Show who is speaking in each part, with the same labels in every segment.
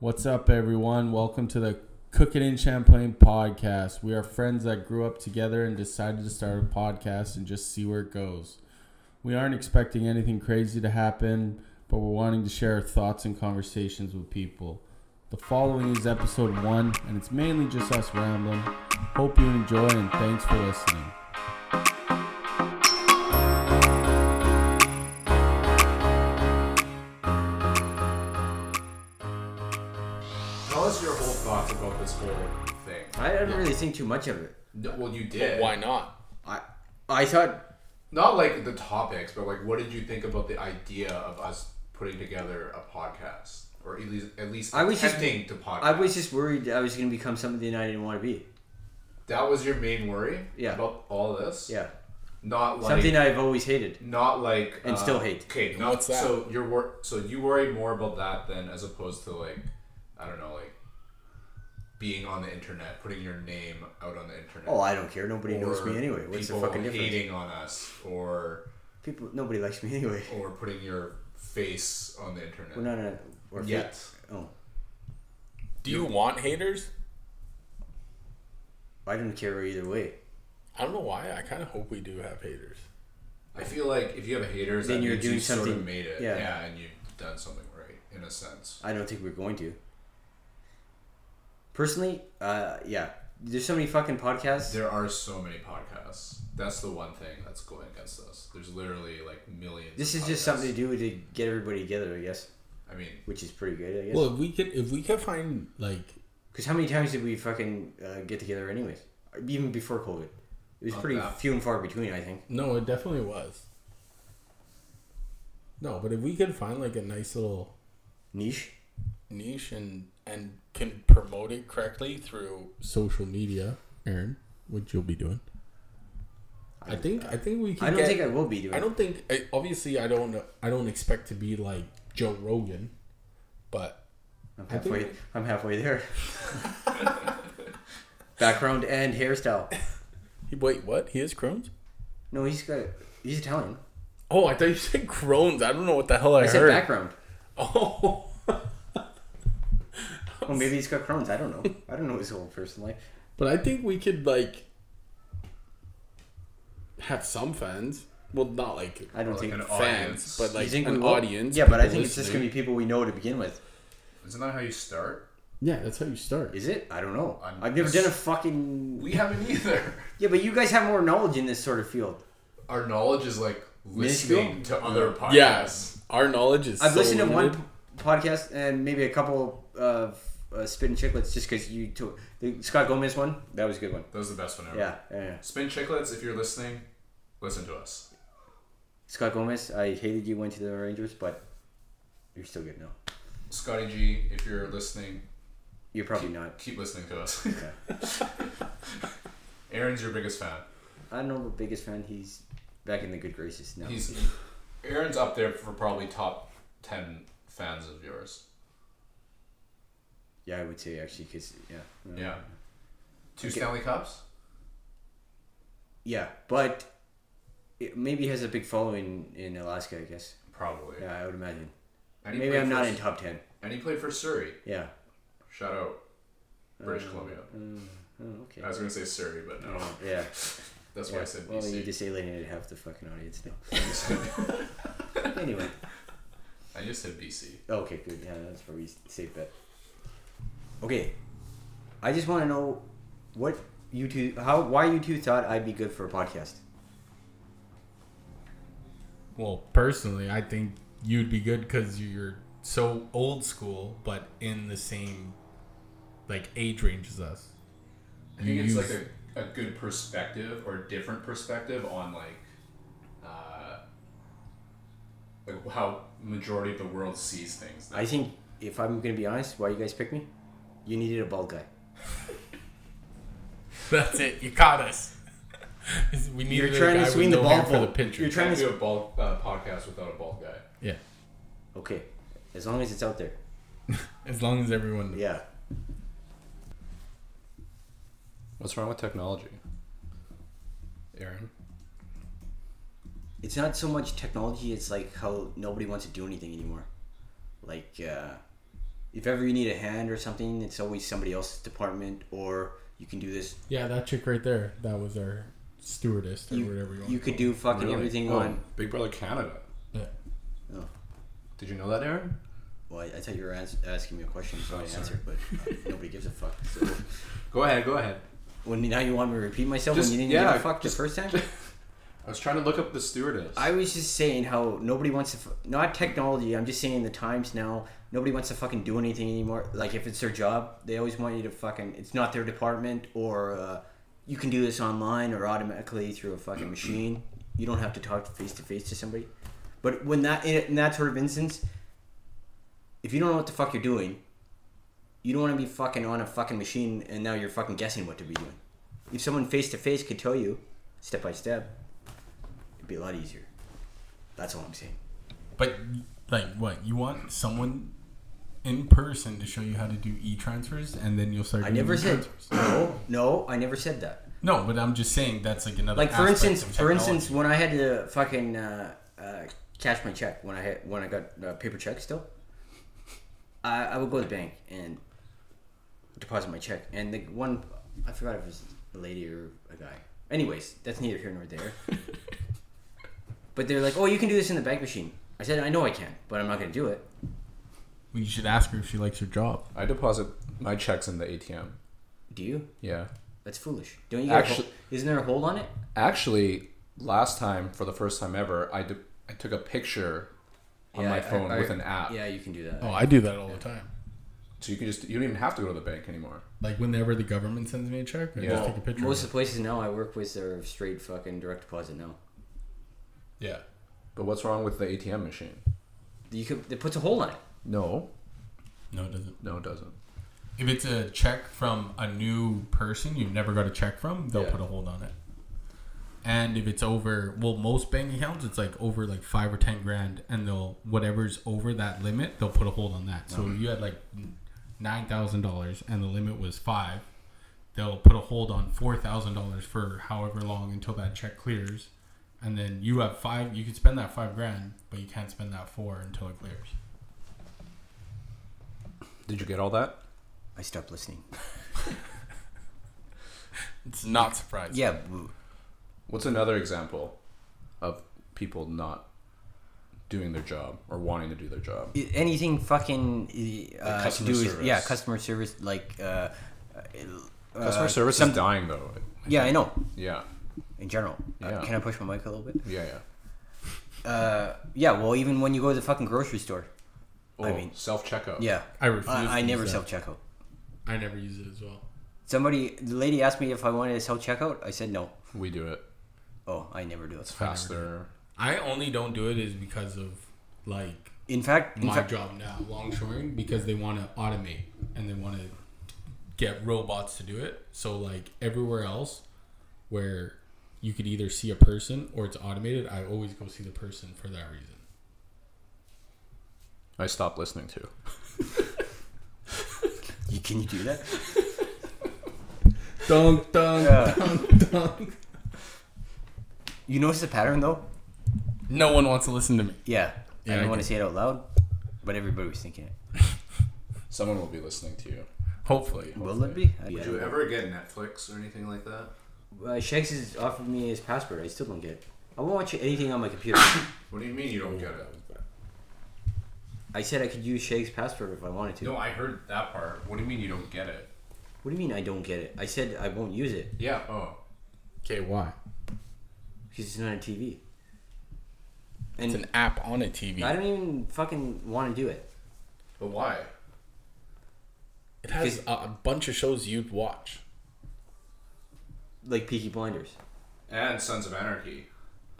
Speaker 1: What's up, everyone? Welcome to the Cook It in Champlain podcast. We are friends that grew up together and decided to start a podcast and just see where it goes. We aren't expecting anything crazy to happen, but we're wanting to share our thoughts and conversations with people. The following is episode one, and it's mainly just us rambling. Hope you enjoy, and thanks for listening.
Speaker 2: Tell us your whole thoughts about this whole thing.
Speaker 3: I didn't really think too much of it.
Speaker 2: No, well, you did.
Speaker 4: Why not?
Speaker 3: I I thought
Speaker 2: Not like the topics, but like, what did you think about the idea of us putting together a podcast, or at least at least
Speaker 3: I was just
Speaker 2: attempting to podcast?
Speaker 3: I was just worried that I was going to become something I didn't want to be.
Speaker 2: that was your main worry.
Speaker 3: Yeah.
Speaker 2: About all this.
Speaker 3: Yeah,
Speaker 2: Not like
Speaker 3: something I've always hated.
Speaker 2: not like uh,
Speaker 3: And still hate.
Speaker 2: Okay. Not,
Speaker 4: What's that?
Speaker 2: So you're wor- so you worry more about that than as opposed to like I don't know like being on the internet, putting your name out on the internet.
Speaker 3: Oh, I don't care. Nobody knows
Speaker 2: or
Speaker 3: me anyway. What's the
Speaker 2: people
Speaker 3: fucking difference?
Speaker 2: hating on us or
Speaker 3: People, nobody likes me anyway.
Speaker 2: or putting your face on the internet
Speaker 3: We're not a or
Speaker 2: yet.
Speaker 3: Oh,
Speaker 4: Do you want haters?
Speaker 3: I don't care either way.
Speaker 4: I don't know why. I kind of hope we do have haters.
Speaker 2: I feel like if you have haters,
Speaker 3: Then
Speaker 2: that
Speaker 3: you're
Speaker 2: means
Speaker 3: doing
Speaker 2: you sort of
Speaker 3: something-
Speaker 2: made it.
Speaker 3: yeah.
Speaker 2: Yeah. and you've done something right in a sense.
Speaker 3: I don't think we're going to. Personally, uh, yeah. There's so many fucking podcasts.
Speaker 2: There are so many podcasts. That's the one thing that's going against us. There's literally like millions.
Speaker 3: this
Speaker 2: of
Speaker 3: is just
Speaker 2: podcasts.
Speaker 3: something to do to get everybody together, I guess,
Speaker 2: I mean,
Speaker 3: which is pretty good, I guess.
Speaker 4: Well, if we could, if we could find like,
Speaker 3: Because how many times did we fucking uh, get together, anyways? Even before COVID, it was
Speaker 4: Oh,
Speaker 2: Not
Speaker 3: pretty
Speaker 2: that.
Speaker 3: few and far between. I think.
Speaker 4: no, it definitely was. No, but if we could find like a nice little
Speaker 3: Niche.
Speaker 4: niche and and can promote it correctly through social media, Aaron, which you'll be doing. I think I think we can.
Speaker 3: I don't
Speaker 4: get-
Speaker 3: think I will be doing.
Speaker 4: I don't think. I, obviously, I don't. I don't expect to be like Joe Rogan, but
Speaker 3: I'm
Speaker 4: I think-
Speaker 3: halfway. I'm halfway there. Background and hairstyle.
Speaker 4: wait, what? He has Crohn's.
Speaker 3: No, he's got. He's Italian.
Speaker 4: Oh, I thought you said Crohn's. I don't know what the hell I,
Speaker 3: I
Speaker 4: heard.
Speaker 3: said background.
Speaker 4: Oh,
Speaker 3: Oh, maybe he's got Crohn's. I don't know. I don't know his whole person life.
Speaker 4: but I think we could like have some fans. Well, not like
Speaker 3: I don't
Speaker 2: like
Speaker 3: think.
Speaker 2: an
Speaker 3: You
Speaker 4: fans,
Speaker 2: audience.
Speaker 4: but like
Speaker 3: think we
Speaker 4: an
Speaker 3: will?
Speaker 4: audience.
Speaker 3: Yeah, but I
Speaker 4: people
Speaker 3: think it's just gonna
Speaker 4: listening.
Speaker 3: be people we know to begin with.
Speaker 2: isn't that how you start?
Speaker 4: Yeah, that's how you start.
Speaker 3: Is it? I don't know. i
Speaker 2: I'm-
Speaker 3: have never done a fucking.
Speaker 2: We haven't either.
Speaker 3: Yeah, but you guys have more knowledge in this sort of field.
Speaker 2: Our knowledge is like
Speaker 3: Minuscule?
Speaker 2: listening to other podcasts.
Speaker 4: Yes, our knowledge is.
Speaker 3: I've
Speaker 4: so
Speaker 3: listened to one
Speaker 4: limited.
Speaker 3: p- podcast and maybe a couple of uh, spit and chicklets just because you took the Scott Gomez one. That was a good one.
Speaker 2: that was the best one ever.
Speaker 3: Yeah, yeah, yeah.
Speaker 2: Spin Chicklets, if you're listening, listen to us.
Speaker 3: Scott Gomez. I hated you went to the Rangers, but you're still good now.
Speaker 2: Scotty G, if you're listening,
Speaker 3: You're probably not.
Speaker 2: keep listening to us. Aaron's your biggest fan.
Speaker 3: I don't know the biggest fan. He's back in the good graces now.
Speaker 2: He's Aaron's up there for probably top ten fans of yours.
Speaker 3: yeah, I would say actually because yeah, yeah,
Speaker 2: Yeah. Two Stanley Cups?
Speaker 3: yeah. But it maybe has a big following in Alaska. I guess.
Speaker 2: Probably.
Speaker 3: Yeah, I would imagine.
Speaker 2: And he
Speaker 3: Maybe
Speaker 2: played
Speaker 3: I'm
Speaker 2: for,
Speaker 3: not in top ten.
Speaker 2: And he played for Surrey.
Speaker 3: Yeah.
Speaker 2: Shout out. British Columbia.
Speaker 3: Oh, okay.
Speaker 2: I was gonna say Surrey, but no.
Speaker 3: Mm, Yeah.
Speaker 2: That's why I said
Speaker 3: Well, you
Speaker 2: BC.
Speaker 3: just alienated half the fucking audience now. anyway.
Speaker 2: I just said BC.
Speaker 3: Okay, good. Yeah, that's probably a safe bet. Okay, I just want to know what you two, how, why you two thought I'd be good for a podcast.
Speaker 4: Well, personally, I think you'd be good because you're so old school, but in the same like age range as us.
Speaker 2: I think it's
Speaker 4: You
Speaker 2: like
Speaker 4: use-
Speaker 2: a, a good perspective or a different perspective on like uh like how majority of the world sees things.
Speaker 3: I think if I'm gonna be honest, why you guys picked me? You needed a bald guy.
Speaker 4: That's it. You caught us. we need
Speaker 3: You're trying to swing the ball
Speaker 4: for the
Speaker 3: forward.
Speaker 4: pincher.
Speaker 3: You're trying
Speaker 2: Can't
Speaker 3: to-
Speaker 2: do a bald uh, podcast without a bald guy.
Speaker 4: yeah.
Speaker 3: Okay, as long as it's out there.
Speaker 4: As long as everyone.
Speaker 3: Yeah.
Speaker 2: What's wrong with technology, Aaron?
Speaker 3: it's not so much technology it's like how nobody wants to do anything anymore like uh, if ever you need a hand or something it's always somebody else's department or you can do this
Speaker 1: Yeah, that chick right there. That was our stewardess or whatever
Speaker 3: you,
Speaker 1: you want.
Speaker 3: you
Speaker 1: to
Speaker 3: could do fucking everything on
Speaker 2: Oh, Big Brother Canada.
Speaker 1: call it.
Speaker 3: oh.
Speaker 2: Did you know that, Aaron?
Speaker 3: well I, I thought you were ans- asking me a question so
Speaker 2: Oh,
Speaker 3: i
Speaker 2: sorry.
Speaker 3: answered but uh, nobody gives a fuck so
Speaker 2: Go ahead. Go ahead.
Speaker 3: when now you want me to repeat myself
Speaker 2: Just-
Speaker 3: when you didn't
Speaker 2: yeah,
Speaker 3: give a fuck
Speaker 2: just-
Speaker 3: the first time
Speaker 2: I was trying to look up the stewardess.
Speaker 3: I was just saying how nobody wants to, f- not technology, I'm just saying the times now, nobody wants to fucking do anything anymore. Like, if it's their job, they always want you to fucking, it's not their department, or uh, you can do this online or automatically through a fucking machine. You don't have to talk face to face to somebody. But when that, in, in that sort of instance, if you don't know what the fuck you're doing, you don't want to be fucking on a fucking machine and now you're fucking guessing what to be doing. If someone face to face could tell you, step by step, it'd be a lot easier. That's all I'm saying.
Speaker 4: But like, what you want someone in person to show you how to do e transfers, and then you'll start.
Speaker 3: I
Speaker 4: doing
Speaker 3: never said
Speaker 4: e-transfers.
Speaker 3: no. No, I never said that.
Speaker 4: No, but I'm just saying that's like another.
Speaker 3: Like for
Speaker 4: aspect
Speaker 3: instance,
Speaker 4: of
Speaker 3: for
Speaker 4: technology.
Speaker 3: instance, when I had to fucking uh, uh, cash my check when I had when I got uh, paper check still, I, I would go to the bank and deposit my check. And the one I forgot if it was a lady or a guy. Anyways, that's neither here nor there. but they're like, "Oh, you can do this in the bank machine." I said, "I know I can, but I'm not gonna do it."
Speaker 4: you should ask her if she likes her job.
Speaker 2: I deposit my checks in the ATM.
Speaker 3: Do you?
Speaker 2: Yeah.
Speaker 3: That's foolish. Don't you? Get Actually,
Speaker 2: Actu-
Speaker 3: isn't there a hold on it?
Speaker 2: Actually, last time for the first time ever, I, de- I took a picture on
Speaker 3: Yeah,
Speaker 2: my
Speaker 3: I-
Speaker 2: phone
Speaker 3: I-
Speaker 2: with an app.
Speaker 3: Yeah, you can do that.
Speaker 4: Oh, I do that all the time.
Speaker 2: So you can just you don't even have to go to the bank anymore.
Speaker 4: Like whenever the government sends me a check, I just
Speaker 2: Yeah.
Speaker 4: take a picture.
Speaker 3: Most
Speaker 4: Most
Speaker 3: of the places now I work with are straight fucking direct deposit now.
Speaker 4: yeah.
Speaker 2: But what's wrong with the ATM machine?
Speaker 3: You could it puts a hole on it.
Speaker 2: No,
Speaker 4: No, it doesn't.
Speaker 2: no, it doesn't.
Speaker 4: If it's a check from a new person you've never got a check from, they'll
Speaker 2: Yeah.
Speaker 4: put a hold on it. And if it's over, well, most bank accounts, it's like over like five or ten grand, and they'll whatever's over that limit, they'll put a hold on that. So if you had like nine thousand dollars and the limit was five, they'll put a hold on four thousand dollars for however long until that check clears, and then you have five. You can spend that five grand, but you can't spend that four until it clears.
Speaker 2: Did you get all that?
Speaker 3: I stopped listening.
Speaker 4: It's not surprising.
Speaker 3: Yeah, boo.
Speaker 2: What's another example of people not doing their job or wanting to do their job?
Speaker 3: I- anything fucking uh,
Speaker 2: Like customer
Speaker 3: to do with-
Speaker 2: service.
Speaker 3: yeah, customer service like uh, uh,
Speaker 2: Customer
Speaker 3: uh,
Speaker 2: service
Speaker 3: some-
Speaker 2: is dying though.
Speaker 3: Yeah, I know.
Speaker 2: Yeah,
Speaker 3: In general, uh,
Speaker 2: Yeah.
Speaker 3: can I push my mic a little bit?
Speaker 2: yeah, yeah.
Speaker 3: Uh, yeah. Well, even when you go to the fucking grocery store,
Speaker 2: Oh,
Speaker 3: I mean-
Speaker 2: self checkout.
Speaker 3: yeah,
Speaker 4: I refuse to
Speaker 3: I, I
Speaker 4: use
Speaker 3: never
Speaker 4: that.
Speaker 3: self checkout.
Speaker 4: I never use it as well.
Speaker 3: Somebody, the lady asked me if I wanted to self checkout. I said no.
Speaker 2: we do it
Speaker 3: Oh, I never do it.
Speaker 2: faster.
Speaker 4: I only don't do it is because of like
Speaker 3: In fact, in
Speaker 4: my
Speaker 3: fact,
Speaker 4: job now, longshoring, because they want to automate and they want to get robots to do it. So like everywhere else, where you could either see a person or it's automated, I always go see the person for that reason.
Speaker 2: I stopped listening to.
Speaker 3: you, can you do that?
Speaker 4: Dunk, dunk,
Speaker 3: Yeah.
Speaker 4: dunk, dunk.
Speaker 3: You notice the pattern though.
Speaker 4: No one wants to listen to me.
Speaker 3: Yeah.
Speaker 4: Yeah,
Speaker 3: I
Speaker 4: I
Speaker 3: don't want
Speaker 4: get
Speaker 3: to say it out loud, but everybody was thinking it.
Speaker 2: Someone will be listening to you.
Speaker 4: Hopefully,
Speaker 3: Will it be? I,
Speaker 2: Did you ever get Netflix or anything like that?
Speaker 3: Uh, Shanks has offered me his password. I still don't get it. I won't watch anything on my computer.
Speaker 2: What do you mean you don't get it?
Speaker 3: I said I could use Shag's password if I wanted to.
Speaker 2: No, I heard that part. What do you mean you don't get it?
Speaker 3: What do you mean I don't get it? I said I won't use it
Speaker 2: Yeah. Oh.
Speaker 4: okay. Why?
Speaker 3: because it's not on TV.
Speaker 4: It's
Speaker 3: And
Speaker 4: an app on a TV.
Speaker 3: I don't even fucking want to do it.
Speaker 2: But why?
Speaker 4: it has a, a bunch of shows you'd watch.
Speaker 3: Like Peaky Blinders.
Speaker 2: And Sons of Anarchy.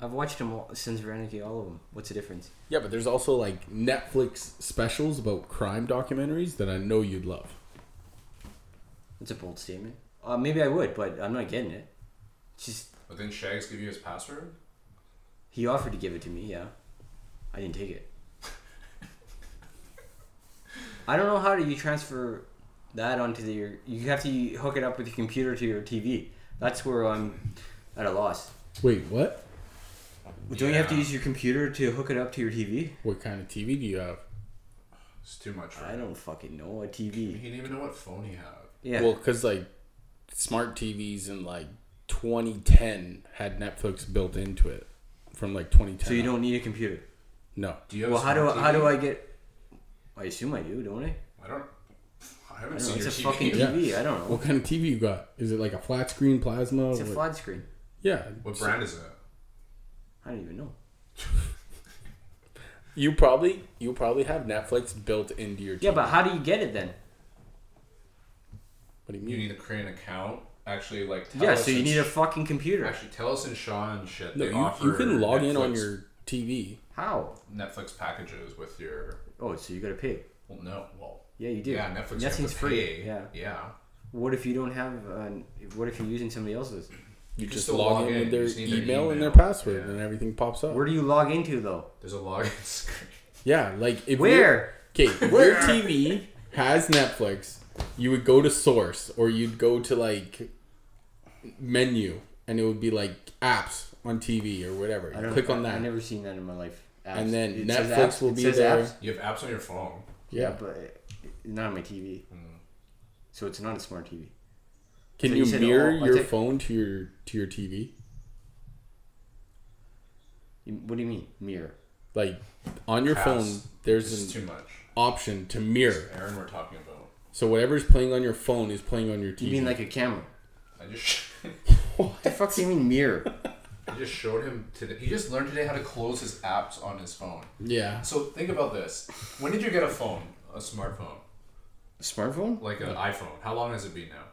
Speaker 3: I've watched them all, Sons of Anarchy, all of them. What's the difference?
Speaker 4: Yeah, but there's also like Netflix specials about crime documentaries that I know you'd love.
Speaker 3: That's a bold statement. Uh, maybe I would, but I'm not getting it. It's Just
Speaker 2: But didn't Shags give you his password?
Speaker 3: he offered to give it to me. Yeah, I didn't take it. I don't know how do you transfer that onto the your. You have to hook it up with your computer to your TV. That's where I'm at a loss.
Speaker 4: Wait, what?
Speaker 3: Don't you have to
Speaker 2: Yeah.
Speaker 3: use your computer to hook it up to your TV?
Speaker 4: What kind of TV do you have?
Speaker 2: It's too much for
Speaker 3: I
Speaker 2: him.
Speaker 3: don't fucking know a
Speaker 2: He
Speaker 3: TV.
Speaker 2: didn't even know what phone he had.
Speaker 3: Yeah.
Speaker 4: Well, because like smart TVs in like 2010 had Netflix built into it from like 2010.
Speaker 3: so you
Speaker 4: on.
Speaker 3: don't need a computer.
Speaker 4: No.
Speaker 2: Do you have
Speaker 3: Well,
Speaker 2: a
Speaker 3: how do
Speaker 2: smart
Speaker 3: I, how
Speaker 2: TV?
Speaker 3: do I get? I assume I do, don't I?
Speaker 2: I don't. I haven't
Speaker 3: I don't know,
Speaker 2: seen
Speaker 3: it's
Speaker 2: your
Speaker 3: a
Speaker 2: TV.
Speaker 3: fucking
Speaker 4: Yeah.
Speaker 3: TV. I don't know.
Speaker 4: What kind of TV you got? Is it like a flat screen plasma?
Speaker 3: It's a
Speaker 4: What-
Speaker 3: flat screen.
Speaker 4: yeah.
Speaker 2: What
Speaker 4: So-
Speaker 2: brand is it?
Speaker 3: I don't even know.
Speaker 4: You probably you probably have Netflix built into your. TV.
Speaker 3: Yeah, but how do you get it then?
Speaker 4: What do you
Speaker 2: You need
Speaker 4: mean?
Speaker 2: to create an account. Actually, like tell
Speaker 3: Yeah,
Speaker 2: us
Speaker 3: so you
Speaker 2: in-
Speaker 3: need a fucking computer.
Speaker 2: actually tell us in Shaw and shit.
Speaker 4: No,
Speaker 2: they
Speaker 4: you, you
Speaker 2: offer
Speaker 4: can log in on
Speaker 2: Netflix-
Speaker 4: your TV.
Speaker 3: How?
Speaker 2: Netflix packages with your.
Speaker 3: Oh, so you gotta pay.
Speaker 2: Well, no, well.
Speaker 3: Yeah, you do.
Speaker 2: Yeah, Netflix. you have
Speaker 3: Nothing's
Speaker 2: to
Speaker 3: free.
Speaker 2: pay.
Speaker 3: Yeah.
Speaker 2: Yeah.
Speaker 3: What if you don't have? An, what if you're using somebody else's?
Speaker 4: You
Speaker 2: can
Speaker 4: just
Speaker 2: still
Speaker 4: log,
Speaker 2: log
Speaker 4: in,
Speaker 2: in,
Speaker 4: with
Speaker 2: you
Speaker 4: their
Speaker 2: just need their
Speaker 4: email, and their
Speaker 2: email.
Speaker 4: password,
Speaker 2: Yeah.
Speaker 4: and everything pops up.
Speaker 3: Where do you log into though?
Speaker 2: There's a login screen.
Speaker 4: yeah, like if
Speaker 3: Where?
Speaker 4: okay, your TV has Netflix, you would go to source or you'd go to like menu, and it would be like apps on TV or whatever.
Speaker 3: I
Speaker 4: You
Speaker 3: don't
Speaker 4: click on
Speaker 3: I've
Speaker 4: that.
Speaker 3: never seen that in my life. Apps.
Speaker 4: And then
Speaker 3: It says
Speaker 4: Netflix
Speaker 3: apps.
Speaker 4: will
Speaker 3: It
Speaker 4: be
Speaker 3: says
Speaker 4: there.
Speaker 3: apps.
Speaker 2: You have apps on your phone.
Speaker 3: Yeah,
Speaker 4: yeah.
Speaker 3: but it- not on my TV.
Speaker 4: Hmm.
Speaker 3: So it's not a smart TV.
Speaker 4: Can
Speaker 3: So you
Speaker 4: you,
Speaker 3: said
Speaker 4: mirror
Speaker 3: all- I
Speaker 4: your
Speaker 3: take-
Speaker 4: phone to your to your TV?
Speaker 3: You- What do you mean mirror?
Speaker 4: Like on your
Speaker 2: Pass.
Speaker 4: phone,
Speaker 2: This is
Speaker 4: there's
Speaker 2: too
Speaker 4: an
Speaker 2: much.
Speaker 4: option to mirror.
Speaker 2: Aaron, we're talking about.
Speaker 4: So whatever's playing on your phone is playing on your TV.
Speaker 3: You mean like a camera?
Speaker 2: I just.
Speaker 3: What the fuck do you mean mirror?
Speaker 2: I just showed him today. He just learned today how to close his apps on his phone.
Speaker 4: yeah,
Speaker 2: So think about this. When did you get a phone? A smartphone?
Speaker 3: Smartphone?
Speaker 2: Like an iPhone? How long has it been now?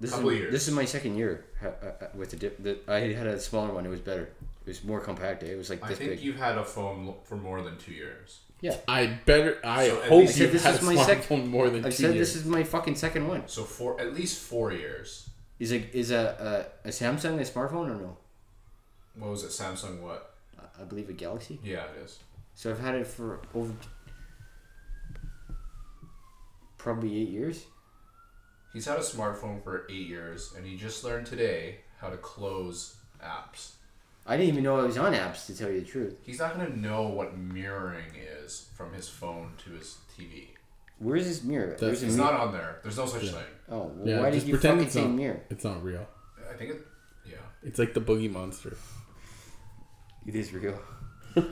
Speaker 3: This
Speaker 2: Couple
Speaker 3: is
Speaker 2: years.
Speaker 3: this is my second year ha- uh, uh, with the dip. The, I had a smaller one. It was better. It was more compact. eh? It was like
Speaker 2: I
Speaker 3: this
Speaker 2: think
Speaker 3: big.
Speaker 2: you've had a phone lo- for more than two years.
Speaker 3: yeah.
Speaker 4: I better. I
Speaker 2: So at
Speaker 4: hope
Speaker 2: least-
Speaker 3: I said
Speaker 4: you
Speaker 3: this
Speaker 4: had a
Speaker 3: is my sec-
Speaker 4: smartphone more than
Speaker 3: I
Speaker 4: two
Speaker 3: said
Speaker 4: years.
Speaker 3: this is my fucking second one.
Speaker 2: So for at least four years.
Speaker 3: Is a is a, a a Samsung a smartphone or no?
Speaker 2: What was it? Samsung? What?
Speaker 3: I- I believe a Galaxy.
Speaker 2: Yeah, it is.
Speaker 3: So I've had it for over probably eight years.
Speaker 2: He's had a smartphone for eight years, and he just learned today how to close apps.
Speaker 3: I didn't even know I was on apps to tell you the truth.
Speaker 2: He's not gonna know what mirroring is from his phone to his TV.
Speaker 3: Where is this mirror?
Speaker 4: That's-
Speaker 3: There's a
Speaker 2: It's
Speaker 3: mirror.
Speaker 2: not on there. There's no such thing.
Speaker 3: Oh, well,
Speaker 4: yeah,
Speaker 3: why
Speaker 4: just
Speaker 3: did you
Speaker 4: pretend
Speaker 3: fucking
Speaker 4: it's
Speaker 3: say
Speaker 4: not,
Speaker 3: mirror?
Speaker 4: It's not real.
Speaker 2: I think it. Yeah.
Speaker 4: It's like the boogie monster.
Speaker 3: It is real. now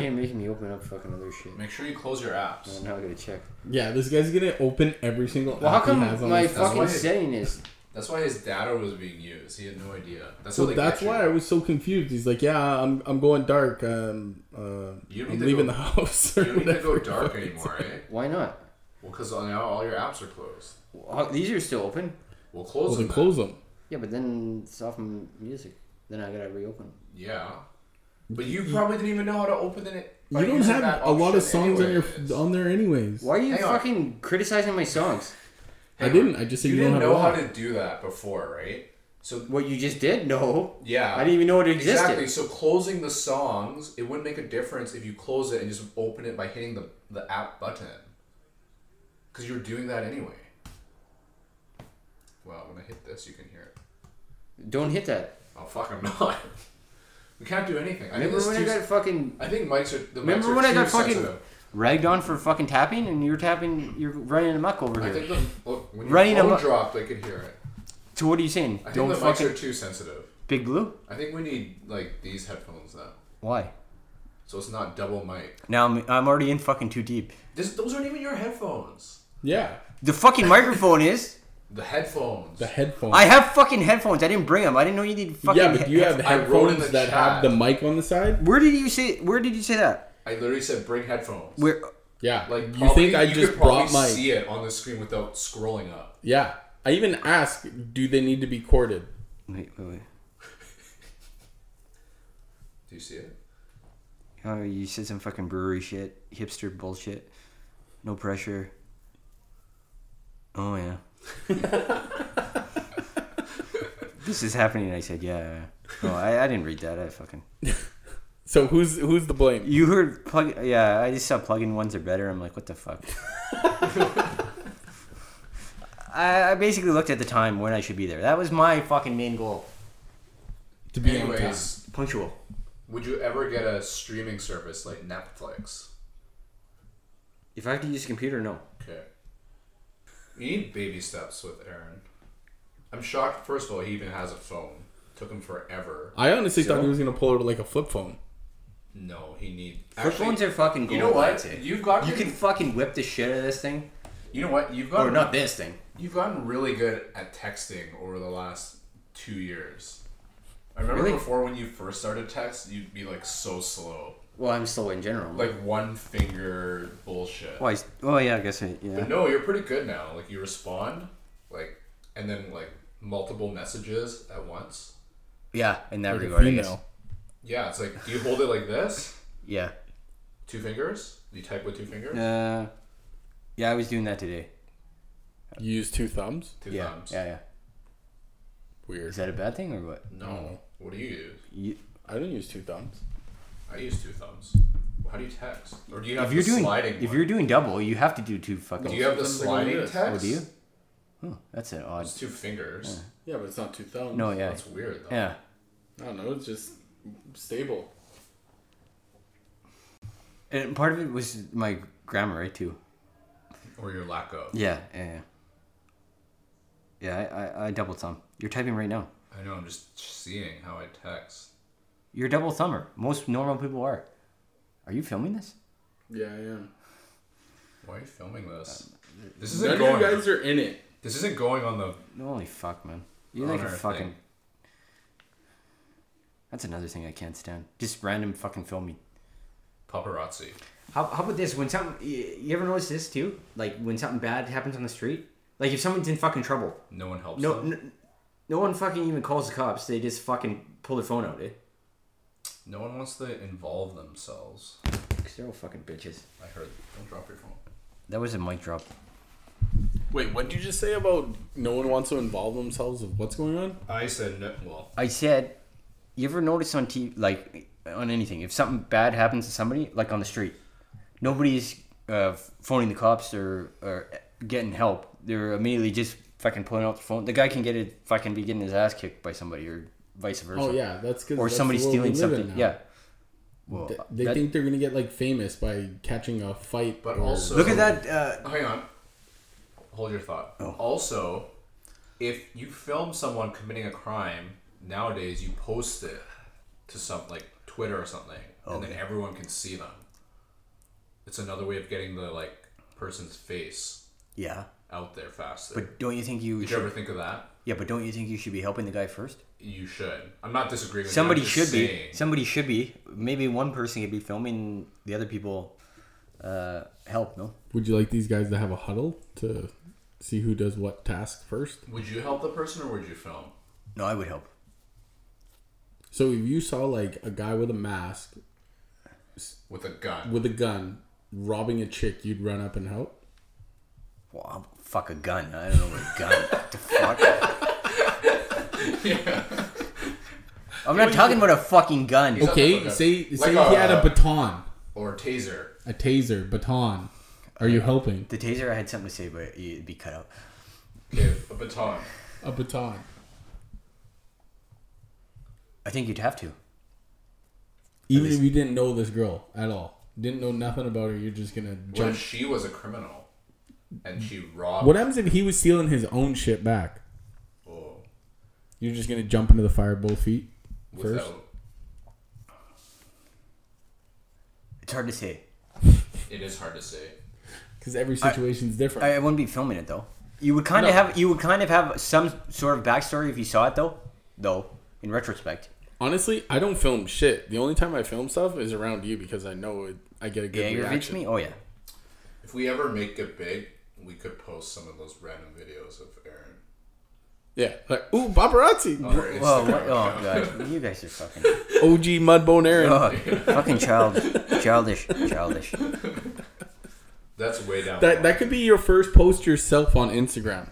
Speaker 3: you're making me open up fucking other shit.
Speaker 2: Make sure you close your apps.
Speaker 3: I'm not gonna check.
Speaker 4: Yeah, this guy's gonna open every single.
Speaker 3: Well, how
Speaker 4: app he has
Speaker 3: come
Speaker 4: on
Speaker 3: my
Speaker 4: his phone.
Speaker 3: fucking
Speaker 2: why-
Speaker 3: setting is?
Speaker 2: That's why his data was being used. He had no idea. That's
Speaker 4: So
Speaker 2: how they
Speaker 4: that's
Speaker 2: get you.
Speaker 4: why I was so confused. He's like, "Yeah, I'm, I'm going dark. Um, uh, oh,
Speaker 2: You don't need
Speaker 4: I'm
Speaker 2: to
Speaker 4: leaving
Speaker 2: go-
Speaker 4: the house."
Speaker 2: You
Speaker 4: or
Speaker 2: don't need to go
Speaker 4: whatever it
Speaker 2: dark
Speaker 4: was.
Speaker 2: anymore, eh?
Speaker 3: Why not?
Speaker 2: Well, because now all your apps are closed.
Speaker 3: Well, these are still open.
Speaker 2: We'll close
Speaker 4: Well,
Speaker 2: them.
Speaker 4: then
Speaker 2: then.
Speaker 4: close them.
Speaker 3: Yeah, but then it's off m- music. Then I gotta reopen.
Speaker 2: Yeah. But you probably didn't even know how to open it. by
Speaker 4: You don't
Speaker 2: using
Speaker 4: have
Speaker 2: that
Speaker 4: a lot of
Speaker 2: option
Speaker 4: songs on your
Speaker 2: anyways.
Speaker 4: on there, anyways.
Speaker 3: Why are you
Speaker 2: Hang on.
Speaker 3: fucking criticizing my songs?
Speaker 4: I didn't. I just said
Speaker 2: you,
Speaker 4: you don't
Speaker 2: didn't
Speaker 4: have a
Speaker 2: know how
Speaker 4: lot.
Speaker 2: to do that before, right? So
Speaker 3: What you just did? No.
Speaker 2: yeah,
Speaker 3: I didn't even know it existed.
Speaker 2: Exactly. So closing the songs, it wouldn't make a difference if you close it and just open it by hitting the the app button. Because you're doing that anyway. Well, when I hit this, you can hear it.
Speaker 3: Don't hit that.
Speaker 2: Oh fuck, I'm not. We can't do anything. I think
Speaker 3: Remember
Speaker 2: this
Speaker 3: when I
Speaker 2: too,
Speaker 3: got fucking
Speaker 2: I think mics are. The
Speaker 3: Remember
Speaker 2: mics are
Speaker 3: when I
Speaker 2: too
Speaker 3: got fucking-
Speaker 2: sensitive.
Speaker 3: ragged on for fucking tapping, and you're tapping, you're running amok over
Speaker 2: I
Speaker 3: here.
Speaker 2: think the look, when your
Speaker 3: Running
Speaker 2: phone
Speaker 3: amok-
Speaker 2: dropped, I could hear it.
Speaker 3: so what are you saying?
Speaker 2: I think
Speaker 3: Don't
Speaker 2: the
Speaker 3: fucking
Speaker 2: mics are too sensitive.
Speaker 3: big blue.
Speaker 2: I think we need like these headphones now,
Speaker 3: Why?
Speaker 2: so it's not double mic.
Speaker 3: Now I'm, I'm already in fucking too deep.
Speaker 2: This, those aren't even your headphones.
Speaker 4: Yeah,
Speaker 3: The fucking microphone is.
Speaker 2: The headphones.
Speaker 4: the headphones.
Speaker 3: I have fucking headphones. I didn't bring them. I didn't know you needed fucking.
Speaker 4: yeah, but
Speaker 3: he-
Speaker 4: you have
Speaker 2: I wrote in
Speaker 4: headphones
Speaker 2: the
Speaker 4: that
Speaker 2: chat.
Speaker 4: have the mic on the side.
Speaker 3: Where did you say? Where did you say that?
Speaker 2: I literally said bring headphones.
Speaker 3: Where?
Speaker 4: Yeah,
Speaker 2: like
Speaker 4: you
Speaker 2: probably-
Speaker 4: think I
Speaker 2: you
Speaker 4: just
Speaker 2: could probably
Speaker 4: brought my?
Speaker 2: see it on the screen without scrolling up.
Speaker 4: Yeah, I even asked, do they need to be corded?
Speaker 3: Wait, wait, wait.
Speaker 2: Do you see it?
Speaker 3: Oh, you said some fucking brewery shit, hipster bullshit. No pressure. Oh yeah. this is happening. I said, yeah. yeah. No, I, I didn't read that. I fucking.
Speaker 1: So who's who's the blame?
Speaker 3: You heard plug? Yeah, I just saw plug-in ones are better. I'm like, what the fuck. I, I basically looked at the time when I should be there. That was my fucking main goal.
Speaker 4: To be on time.
Speaker 2: Anyways,
Speaker 3: Punctual.
Speaker 2: would you ever get a streaming service like Netflix?
Speaker 3: If I have to use a computer, no.
Speaker 2: Okay. You need baby steps with Aaron. I'm shocked. First of all, he even has a phone. Took him forever.
Speaker 1: I honestly thought he was gonna pull out like a flip phone.
Speaker 2: No, he need.
Speaker 3: Flip
Speaker 2: actually,
Speaker 3: phones are fucking gold.
Speaker 2: You know
Speaker 3: I'd
Speaker 2: what?
Speaker 3: say.
Speaker 2: You've got.
Speaker 3: You can fucking whip the shit out of this thing,
Speaker 2: You know what? You've got.
Speaker 3: or not this thing.
Speaker 2: You've gotten really good at texting over the last two years. I remember
Speaker 3: Really?
Speaker 2: before when you first started text, you'd be like so slow,
Speaker 3: Well, I'm slow in general.
Speaker 2: like one finger bullshit.
Speaker 3: why? is- Oh yeah, I guess I, yeah.
Speaker 2: But no, you're pretty good now. Like you respond, like, and then like multiple messages at once.
Speaker 3: Yeah, in that
Speaker 1: Like a
Speaker 3: regard, I guess.
Speaker 1: female.
Speaker 2: Yeah, it's like, do you hold it like this?
Speaker 3: Yeah.
Speaker 2: Two fingers? Do you type with two fingers?
Speaker 3: Uh, yeah, I was doing that today.
Speaker 1: You use two thumbs.
Speaker 2: Two
Speaker 3: Yeah,
Speaker 2: thumbs.
Speaker 3: yeah, yeah.
Speaker 1: Weird.
Speaker 3: Is that a bad thing or what?
Speaker 2: No. What do you use?
Speaker 3: You,
Speaker 1: I don't use two thumbs.
Speaker 2: I use two thumbs. How do you text? Or do you have
Speaker 3: if you're
Speaker 2: the
Speaker 3: doing
Speaker 2: sliding?
Speaker 3: if
Speaker 2: one?
Speaker 3: you're doing double, you have to do two fucking.
Speaker 2: do you have the
Speaker 1: Something like
Speaker 2: sliding
Speaker 1: this.
Speaker 2: text?
Speaker 3: oh, do you? Huh, that's an odd.
Speaker 2: It's two fingers.
Speaker 1: Yeah, but it's not two thumbs.
Speaker 3: No, yeah,
Speaker 2: That's weird though.
Speaker 3: yeah.
Speaker 1: I don't know. It's just stable.
Speaker 3: And part of it was my grammar, right? Too.
Speaker 2: Or your lack of.
Speaker 3: Yeah, yeah. Yeah, yeah I, I, I double thumb. You're typing right now.
Speaker 2: I know. I'm just seeing how I text.
Speaker 3: You're a double thumber. Most normal people are. Are you filming this?
Speaker 1: Yeah, I am.
Speaker 2: Why are you filming this? This isn't
Speaker 1: None of
Speaker 2: going.
Speaker 1: you guys are in it.
Speaker 2: This isn't going on the.
Speaker 3: Holy fuck, man. You're
Speaker 2: On
Speaker 3: like a
Speaker 2: our
Speaker 3: fucking.
Speaker 2: thing.
Speaker 3: That's another thing I can't stand. Just random fucking filming.
Speaker 2: Paparazzi.
Speaker 3: How, how about this? When something. y- You ever notice this too? Like when something bad happens on the street? Like if someone's in fucking trouble,
Speaker 2: No one helps.
Speaker 3: no,
Speaker 2: them.
Speaker 3: no, no one fucking even calls the cops. They just fucking pull their phone out, eh?
Speaker 2: No one wants to involve themselves.
Speaker 3: 'Cause they're all fucking bitches.
Speaker 2: I heard. Don't drop your phone.
Speaker 3: That was a mic drop.
Speaker 1: Wait, what did you just say about no one wants to involve themselves with what's going on?
Speaker 2: I said no. Well,
Speaker 3: I said, you ever notice on TV, like on anything, if something bad happens to somebody, like on the street, nobody's uh, phoning the cops or, or getting help. They're immediately just fucking pulling out the phone. The guy can get it, fucking be getting his ass kicked by somebody or vice versa.
Speaker 1: Oh yeah, that's because
Speaker 3: Or somebody stealing something. Yeah. Well,
Speaker 1: Th- They
Speaker 3: that-
Speaker 1: think they're gonna get like famous by catching a fight,
Speaker 2: But
Speaker 1: or-
Speaker 2: also-
Speaker 3: look at that. Uh,
Speaker 2: hang on. Hold your thought.
Speaker 3: Oh.
Speaker 2: Also, if you film someone committing a crime nowadays, you post it to some like Twitter or something, and then everyone can see them. It's another way of getting the like person's face
Speaker 3: yeah.
Speaker 2: out there faster.
Speaker 3: But don't you think you
Speaker 2: Did you ever
Speaker 3: should?
Speaker 2: think of that?
Speaker 3: Yeah, but don't you think you should be helping the guy first?
Speaker 2: You should. I'm not disagreeing. with
Speaker 3: Somebody
Speaker 2: you. I'm
Speaker 3: should
Speaker 2: just
Speaker 3: be.
Speaker 2: saying.
Speaker 3: Somebody should be. Maybe one person could be filming the other people. Uh, help no.
Speaker 1: Would you like these guys to have a huddle to see who does what task first?
Speaker 2: Would you help the person or would you film?
Speaker 3: No, I would help.
Speaker 1: So if you saw like a guy with a mask
Speaker 2: With a gun.
Speaker 1: with a gun robbing a chick, you'd run up and help.
Speaker 3: Well, I'll fuck a gun. I don't know what a gun. what the fuck? I'm not talking about a fucking gun.
Speaker 2: He's-
Speaker 1: Okay,
Speaker 2: Okay.
Speaker 1: say
Speaker 2: Like
Speaker 1: say
Speaker 2: a-
Speaker 1: he had a baton,
Speaker 2: Or a taser.
Speaker 1: a taser, baton. Are you helping?
Speaker 3: The taser, I had something to say, but it'd be cut out.
Speaker 2: Okay, a baton.
Speaker 1: A baton.
Speaker 3: I think you'd have to.
Speaker 1: Even if you didn't know this girl at all, didn't know nothing about her, you're just gonna
Speaker 2: What
Speaker 1: jump.
Speaker 2: if she was a criminal and she robbed?
Speaker 1: What happens if he was stealing his own shit back?
Speaker 2: oh,
Speaker 1: You're just gonna jump into the fire both feet first.
Speaker 2: without,
Speaker 3: It's hard to say.
Speaker 2: it is hard to say.
Speaker 1: Because every situation's different.
Speaker 3: I, I wouldn't be filming it though. You would kind of have. You would kind of have some sort of backstory if you saw it though. Though, in retrospect,
Speaker 1: Honestly, I don't film shit. The only time I film stuff is around you because I know it, I get a good
Speaker 3: it aggravates
Speaker 1: reaction.
Speaker 3: me. Oh yeah.
Speaker 2: If we ever make it big, we could post some of those random videos of Aaron
Speaker 4: Yeah, like ooh paparazzi,
Speaker 2: on
Speaker 3: Whoa, what?
Speaker 2: Instagram.
Speaker 3: oh god, you guys are fucking,
Speaker 4: OG Mudbone Aaron.
Speaker 3: oh, fucking child, childish, childish.
Speaker 2: That's way down.
Speaker 4: That
Speaker 2: the
Speaker 4: that could be your first post yourself on Instagram.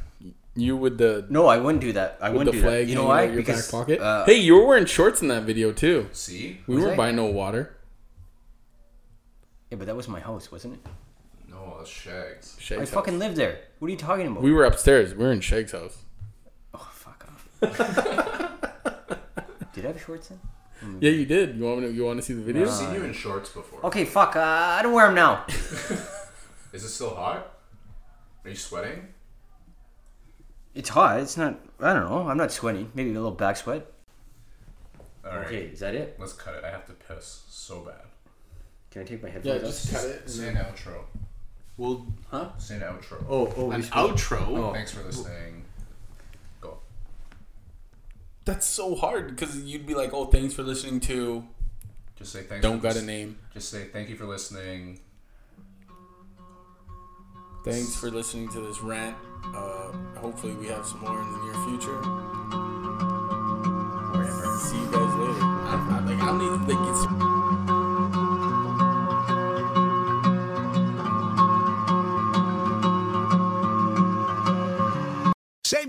Speaker 4: You with the
Speaker 3: No, I wouldn't do that. I
Speaker 4: with
Speaker 3: wouldn't
Speaker 4: the
Speaker 3: do
Speaker 4: flag
Speaker 3: that. You know
Speaker 4: hanging out
Speaker 3: why?
Speaker 4: of your
Speaker 3: Because
Speaker 4: back pocket.
Speaker 3: uh,
Speaker 4: hey, you were wearing shorts in that video too.
Speaker 2: line. See?
Speaker 4: We
Speaker 3: Was
Speaker 4: weren't
Speaker 3: I?
Speaker 4: buying no water.
Speaker 3: yeah, but that was my house, wasn't it?
Speaker 2: No, that's shags.
Speaker 4: Shag's
Speaker 3: I
Speaker 4: house.
Speaker 3: fucking lived there. What are you talking about?
Speaker 4: We were upstairs. We were in Shag's house.
Speaker 3: oh, fuck off. Did I have shorts then?
Speaker 4: Yeah, you did. You want me to, you want to see the video?
Speaker 2: I've seen you in shorts before.
Speaker 4: Oh.
Speaker 3: Okay, fuck. Uh, I don't wear them now.
Speaker 2: Is it still hot? Are you sweating?
Speaker 3: It's hot. It's not. I don't know. I'm not sweating. Maybe a little back sweat.
Speaker 2: All right.
Speaker 3: Okay, is that it?
Speaker 2: Let's cut it. I have to piss so bad.
Speaker 3: Can I take my
Speaker 4: yeah,
Speaker 3: headphones
Speaker 4: just cut it.
Speaker 2: Say an outro.
Speaker 5: Well, huh?
Speaker 2: Say an outro.
Speaker 3: off? Oh, oh,
Speaker 5: An
Speaker 3: we spoke-
Speaker 5: outro.
Speaker 2: Thanks for listening. Go.
Speaker 4: That's so hard because you'd be like, "Oh, thanks for listening to."
Speaker 2: Just say thanks.
Speaker 4: Don't
Speaker 2: for
Speaker 4: got a
Speaker 2: lis-
Speaker 4: name.
Speaker 2: Just say thank you for listening.
Speaker 4: Thanks for listening to this rant. Uh, hopefully, we have some more in the near future. See you guys later. I, I, like, I don't need like it's.
Speaker 6: Save